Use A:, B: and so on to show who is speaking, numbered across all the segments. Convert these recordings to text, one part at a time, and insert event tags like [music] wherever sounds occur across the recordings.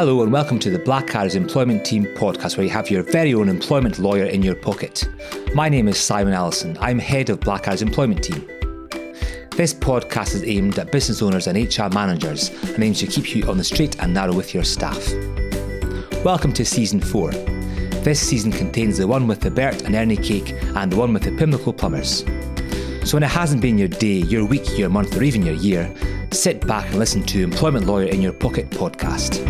A: Hello and welcome to the Black Cards Employment Team podcast, where you have your very own employment lawyer in your pocket. My name is Simon Allison. I'm head of Black Cards Employment Team. This podcast is aimed at business owners and HR managers and aims to keep you on the straight and narrow with your staff. Welcome to season four. This season contains the one with the Bert and Ernie cake and the one with the Pimlico plumbers. So when it hasn't been your day, your week, your month, or even your year, sit back and listen to Employment Lawyer in Your Pocket podcast.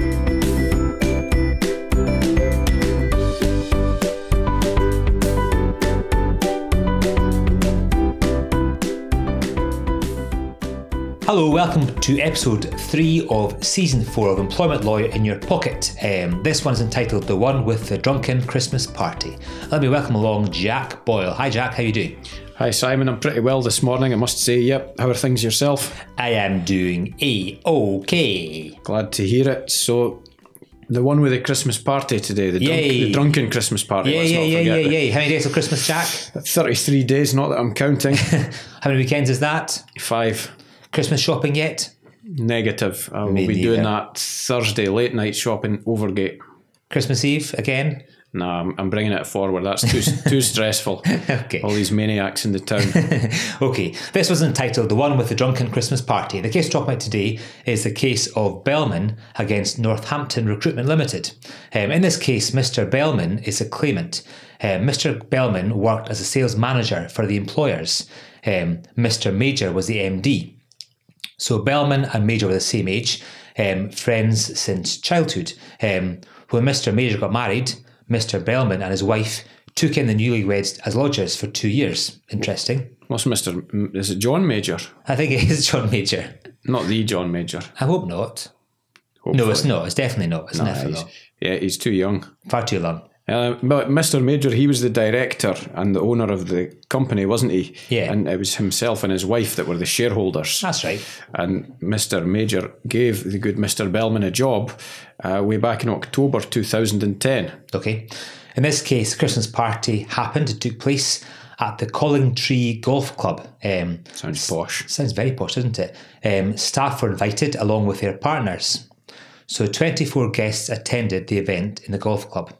A: Hello, welcome to episode three of season four of Employment Lawyer in Your Pocket. Um, this one's entitled "The One with the Drunken Christmas Party." Let me welcome along Jack Boyle. Hi, Jack. How you doing?
B: Hi Simon, I'm pretty well this morning, I must say. Yep, how are things yourself?
A: I am doing a okay.
B: Glad to hear it. So, the one with the Christmas party today, the, drunk,
A: Yay.
B: the drunken Christmas party.
A: Yeah,
B: let's
A: yeah,
B: not
A: yeah, yeah,
B: forget.
A: yeah. How many days till Christmas, Jack?
B: 33 days, not that I'm
A: [laughs]
B: counting.
A: How many weekends is that?
B: Five.
A: Christmas shopping yet?
B: Negative. I will
A: Me
B: be doing
A: neither.
B: that Thursday late night shopping overgate.
A: Christmas Eve again?
B: Nah, I'm, I'm bringing it forward. That's
A: [laughs]
B: too too stressful.
A: Okay.
B: All these maniacs in the
A: [laughs]
B: town.
A: okay, this was entitled The One with the Drunken Christmas Party. The case we're talking about today is the case of Bellman against Northampton Recruitment Limited. Um, in this case, Mr. Bellman is a claimant. Um, Mr. Bellman worked as a sales manager for the employers. Um, Mr. Major was the MD. So Bellman and Major were the same age, um, friends since childhood. Um, when Mr. Major got married, Mr. Bellman and his wife took in the newlyweds as lodgers for two years. Interesting.
B: What's Mr. M- Is it John Major?
A: I think it is John Major.
B: Not the John Major.
A: I hope not. No, it's not. It's definitely not. It's definitely not.
B: Yeah, he's too young.
A: Far too long.
B: Uh, but Mr. Major, he was the director and the owner of the company, wasn't he?
A: Yeah.
B: And it was himself and his wife that were the shareholders.
A: That's right.
B: And Mr. Major gave the good Mr. Bellman a job uh, way back in October 2010.
A: Okay. In this case, Christmas party happened. It took place at the Colling Tree Golf Club. Um,
B: Sounds posh.
A: Sounds very posh, doesn't it? Um, staff were invited along with their partners. So 24 guests attended the event in the golf club.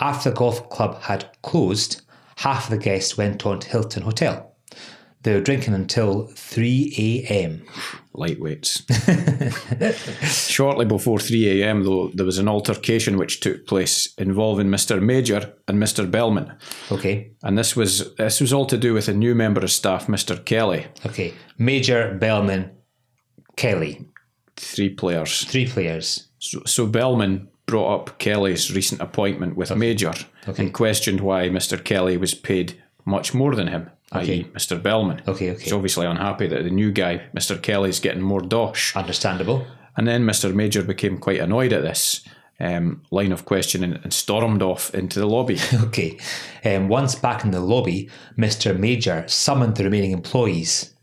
A: After the golf club had closed, half of the guests went on to Hilton Hotel. They were drinking until 3 a.m. [laughs]
B: Lightweights. Shortly before 3 a.m., though, there was an altercation which took place involving Mr. Major and Mr. Bellman.
A: Okay,
B: And this was this was all to do with a new member of staff, Mr. Kelly.
A: okay. Major, Bellman, Kelly.
B: Three players.
A: Three players.
B: So, so Bellman brought up Kelly's recent appointment with Major and questioned why Mr. Kelly was paid much more than him, i.e., Mr. Bellman.
A: Okay, okay.
B: He's obviously unhappy that the new guy, Mr. Kelly, is getting more dosh.
A: Ah. Understandable. [laughs]
B: And then Mr. Major became quite annoyed at this um, line of questioning and stormed off into
A: [laughs]
B: the lobby.
A: Okay. Um, once back in the lobby, Mr. Major summoned the remaining employees.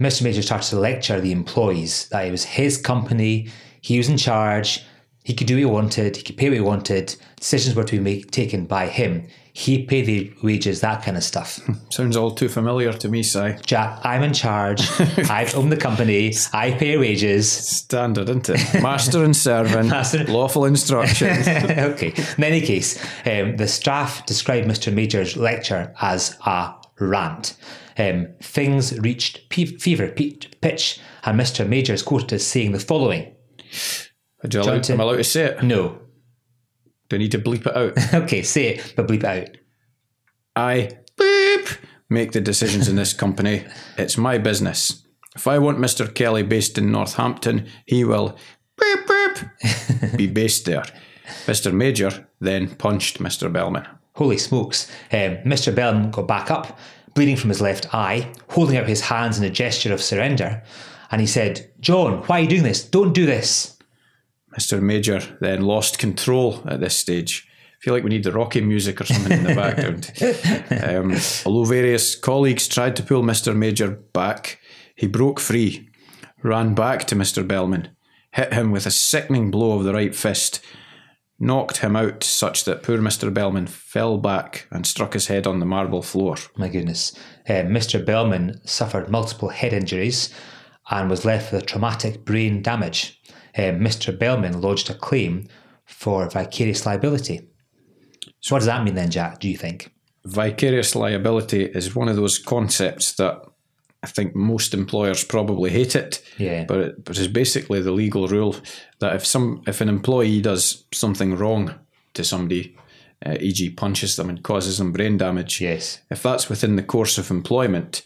A: Mr. Major started to lecture the employees that it was his company, he was in charge, he could do what he wanted, he could pay what he wanted, decisions were to be made, taken by him. He paid the wages, that kind of stuff.
B: Sounds all too familiar to me, Si.
A: Jack, I'm in charge. I own the company. I pay wages.
B: Standard, isn't it? Master and
A: [laughs]
B: servant,
A: Master- [laughs]
B: lawful instruction.
A: okay. In any case, um, the staff described Mr. Major's lecture as a rant. Um, things reached pe- fever pe- pitch, and Mr. Major is quoted as saying the following
B: Are you allowed,
A: Johnson.
B: am I allowed to say it?
A: No. [laughs]
B: Do I need to bleep it out?
A: Okay, say it, but bleep it out.
B: I beep make the decisions in this company. It's my business. If I want Mr. Kelly based in Northampton, he will beep beep be based there. Mr. Major then punched Mr. Bellman.
A: Holy smokes. Um, Mr. Bellman got back up, bleeding from his left eye, holding up his hands in a gesture of surrender, and he said, John, why are you doing this? Don't do this.
B: Mr. Major then lost control at this stage. I feel like we need the Rocky music or something in the background. Um, although various colleagues tried to pull Mr. Major back, he broke free, ran back to Mr. Bellman, hit him with a sickening blow of the right fist, knocked him out such that poor Mr. Bellman fell back and struck his head on the marble floor.
A: My goodness. Um, Mr. Bellman suffered multiple head injuries and was left with traumatic brain damage. um, Mr. Bellman lodged a claim for vicarious liability. So, what does that mean then, Jack, do you think?
B: Vicarious liability is one of those concepts that I think most employers probably hate it.
A: Yeah.
B: But it, but it's basically the legal rule that if some if an employee does something wrong to somebody, uh, e.g., punches them and causes them brain damage,
A: Yes.
B: if that's within the course of employment,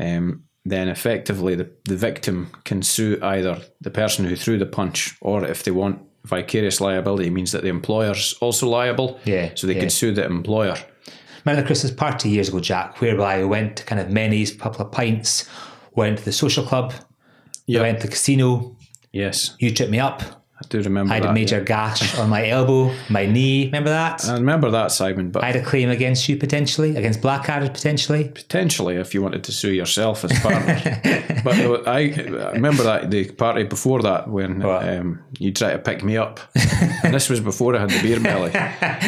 B: um, then effectively the, the victim can sue either the person who threw the punch or if they want vicarious liability means that the employer's also liable.
A: Yeah,
B: So they
A: yeah.
B: can sue the employer.
A: Remember the Christmas party years ago, Jack, whereby I went to kind of many's, couple of pints, went to the social club,
B: Yeah.
A: went to the casino,
B: Yes.
A: you tripped me up,
B: I do remember
A: I had
B: that.
A: a major gash on my elbow, my knee. Remember that?
B: I remember that, Simon, but
A: I had a claim against you potentially, against Blackadder potentially.
B: potentially if you wanted to sue yourself as partner. but there was- I, I remember that the party before that when
A: What?
B: um, you tried to pick me up. and this was before I had the beer belly.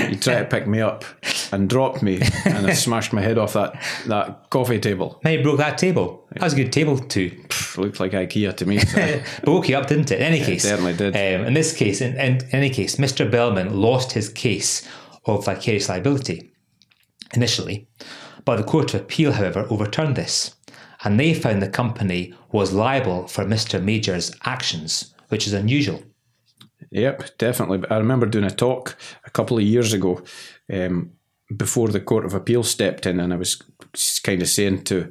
B: You tried to pick me up and dropped me, and I smashed my head off that, that coffee table.
A: Now you broke that table. That was a good table too.
B: Pff, looked like IKEA to me. So
A: But woke you up, didn't it? In any case,
B: certainly did.
A: Um, in this case, in, in any case, Mr. Bellman lost his case of vicarious liability initially, but the Court of Appeal, however, overturned this, and they found the company was liable for Mr. Major's actions, which is unusual.
B: yep, definitely. But I remember doing a talk a couple of years ago. Um, before the Court of Appeal stepped in, and I was kind of saying to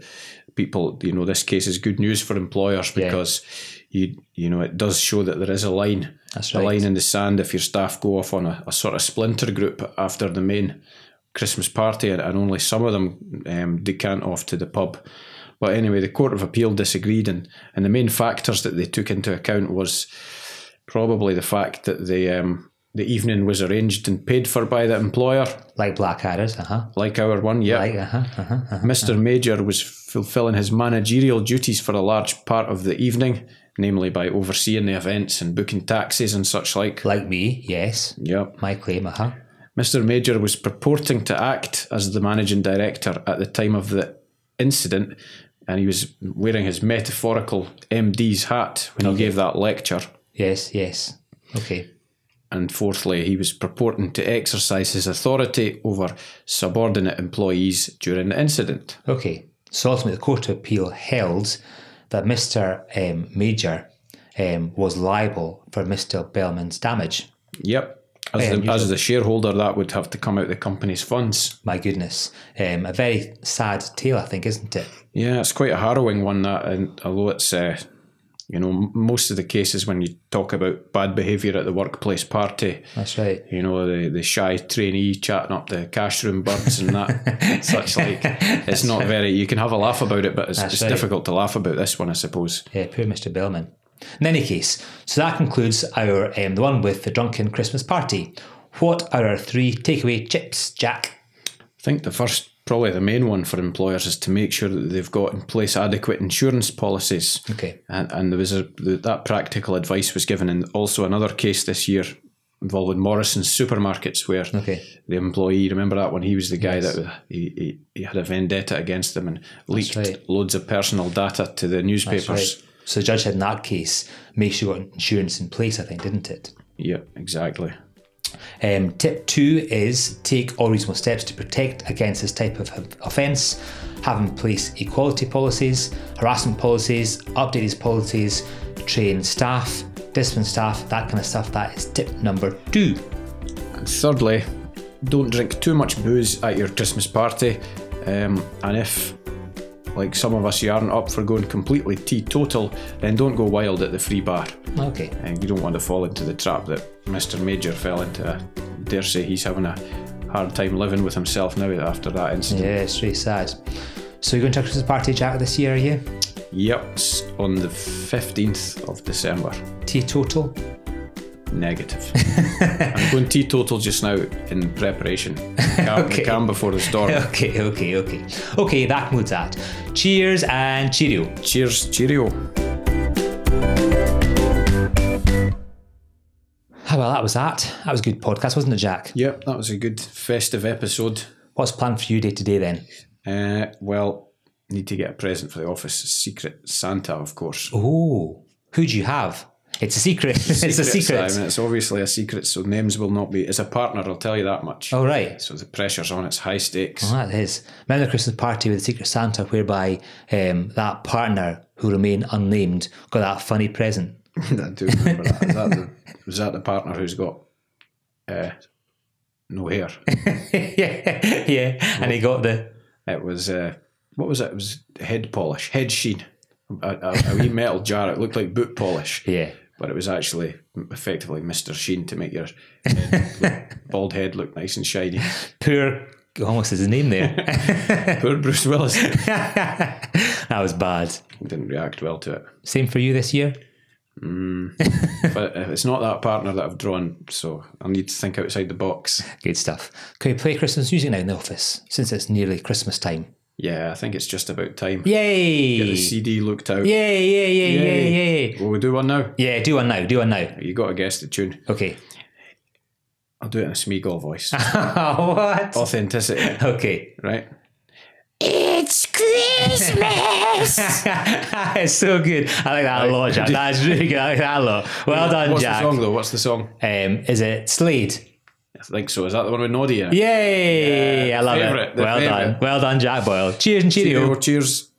B: people, you know, this case is good news for employers because you you know it does show that there is a line,
A: That's
B: a
A: right.
B: line in the sand if your staff go off on a, a sort of splinter group after the main Christmas party, and, and only some of them um, decant off to the pub. But anyway, the Court of Appeal disagreed, and and the main factors that they took into account was probably the fact that the um, the evening was arranged and paid for by the employer
A: Like Blackadder's, uh huh.
B: like our one, yeah.
A: Like, uh huh, uh huh.
B: Mr. Major was fulfilling his managerial duties for a large part of the evening, namely by overseeing the events and booking taxis and such like.
A: Like me, yes.
B: Yep.
A: My claim, uh huh.
B: Mr. Major was purporting to act as the managing director at the time of the incident, and he was wearing his metaphorical MD's hat when he gave that lecture.
A: Yes, yes. Okay.
B: And fourthly, he was purporting to exercise his authority over subordinate employees during the incident.
A: Okay. So ultimately, the Court of Appeal held that Mr. Um, Major um, was liable for Mr. Bellman's damage.
B: Yep. As the,
A: unusual.
B: as the shareholder, that would have to come out of the company's funds.
A: My goodness. Um, a very sad tale, I think, isn't it?
B: Yeah, it's quite a harrowing one. That, and although it's, uh, you know, m- most of the cases when you talk about bad behaviour at the workplace party,
A: That's right.
B: you know, the, the shy trainee chatting up the cash room birds and that, such like. It's not very. You can have a laugh about it, but it's, it's
A: right.
B: difficult to laugh about this one, I suppose.
A: Yeah, poor Mr. Bellman. In any case, so that concludes our um, the one with the drunken Christmas party. What are our three takeaway chips, Jack?
B: I think the first, probably the main one for employers, is to make sure that they've got in place adequate insurance policies.
A: Okay.
B: And, and there was a th- that practical advice was given, and also another case this year involving Morrison's supermarkets, where
A: Okay.
B: the employee remember that one he was the guy that he, he, he had a vendetta against them and leaked
A: right.
B: loads of personal data to the newspapers.
A: Right. So the judge had in that case, make sure you got insurance in place, I think, didn't it?
B: Yep, exactly.
A: Um, tip two is take all reasonable steps to protect against this type of offence. Have in place equality policies, harassment policies, update these policies, train staff, discipline staff, that kind of stuff. That is tip number two.
B: And thirdly, don't drink too much booze at your Christmas party, um, and if like some of us, you aren't up for going completely teetotal, then don't go wild at the free bar.
A: Okay.
B: and you don't want to fall into the trap that Mr. Major fell into. I dare say he's having a hard time living with himself now after that incident.
A: Yeah, it's really sad. So you're going to a Christmas party, Jack, this year, are you?
B: Yep, it's on the 15th of December.
A: Teetotal? [laughs]
B: Negative. I'm going teetotal just now in
A: [laughs]
B: preparation. Calm,
A: Okay.
B: calm before
A: [laughs]
B: the storm.
A: Okay, okay, okay. Okay, that concludes that. Cheers and cheerio.
B: Cheers, cheerio.
A: Ah, well, that was that. That was a good podcast, wasn't it, Jack?
B: Yep, that was a good festive episode.
A: What's planned for you day to day then?
B: Uh, well, need to get a present for the office. Secret Santa, of course.
A: Oh, who do you have? It's a secret. [laughs] it's a secret.
B: Simon. It's obviously a secret, so names will not be. It's a partner, I'll tell you that much.
A: Oh, right.
B: So the pressure's on, it's high stakes.
A: Well, that is. Remember the Christmas party with the Secret Santa, whereby um, that partner who remained unnamed got that funny present.
B: [laughs] I do remember that. Is that the, was that the partner who's got uh,
A: [laughs]
B: no hair?
A: [laughs] yeah, yeah. And he got the.
B: It was, uh, what was it? It was head polish, head sheen. A, a, a wee metal jar. It looked like boot polish,
A: Yeah.
B: but it was actually effectively Mr. Sheen
A: [laughs]
B: to make your head look- bald head look nice and shiny.
A: Poor. Almost is his name there.
B: Poor Bruce Willis.
A: [laughs] that was bad.
B: Didn't react well to it.
A: Same for you this year?
B: But uh, it's not that partner that I've drawn, so I need to think outside the box.
A: Good stuff. Can we play Christmas music now in the office since it's nearly Christmas time?
B: Yeah, I think it's just about time.
A: Yay!
B: The CD looked out.
A: Yay, yay, yay, yay, yay,
B: Will we do one now?
A: Yeah, do one now, do one now.
B: You got to guess the tune.
A: [laughs] Okay.
B: I'll do it in a
A: [laughs]
B: Smeagol voice.
A: Oh, what?
B: Authenticity,
A: Okay. [laughs]
B: right?
C: It's Christmas!
A: it's so good. I like that a lot, Jack. That's really good. I like that a lot. Well done,
B: What's
A: Jack.
B: the song though? What's the song?
A: Um, is it Slade?
B: I think so. Is that the one with Noddy in it?
A: Yay! I love
B: favourite,
A: it.
B: the
A: Well done.
B: favourite.
A: Well done, Jack Boyle. Cheers and cheerio.
B: Cheers.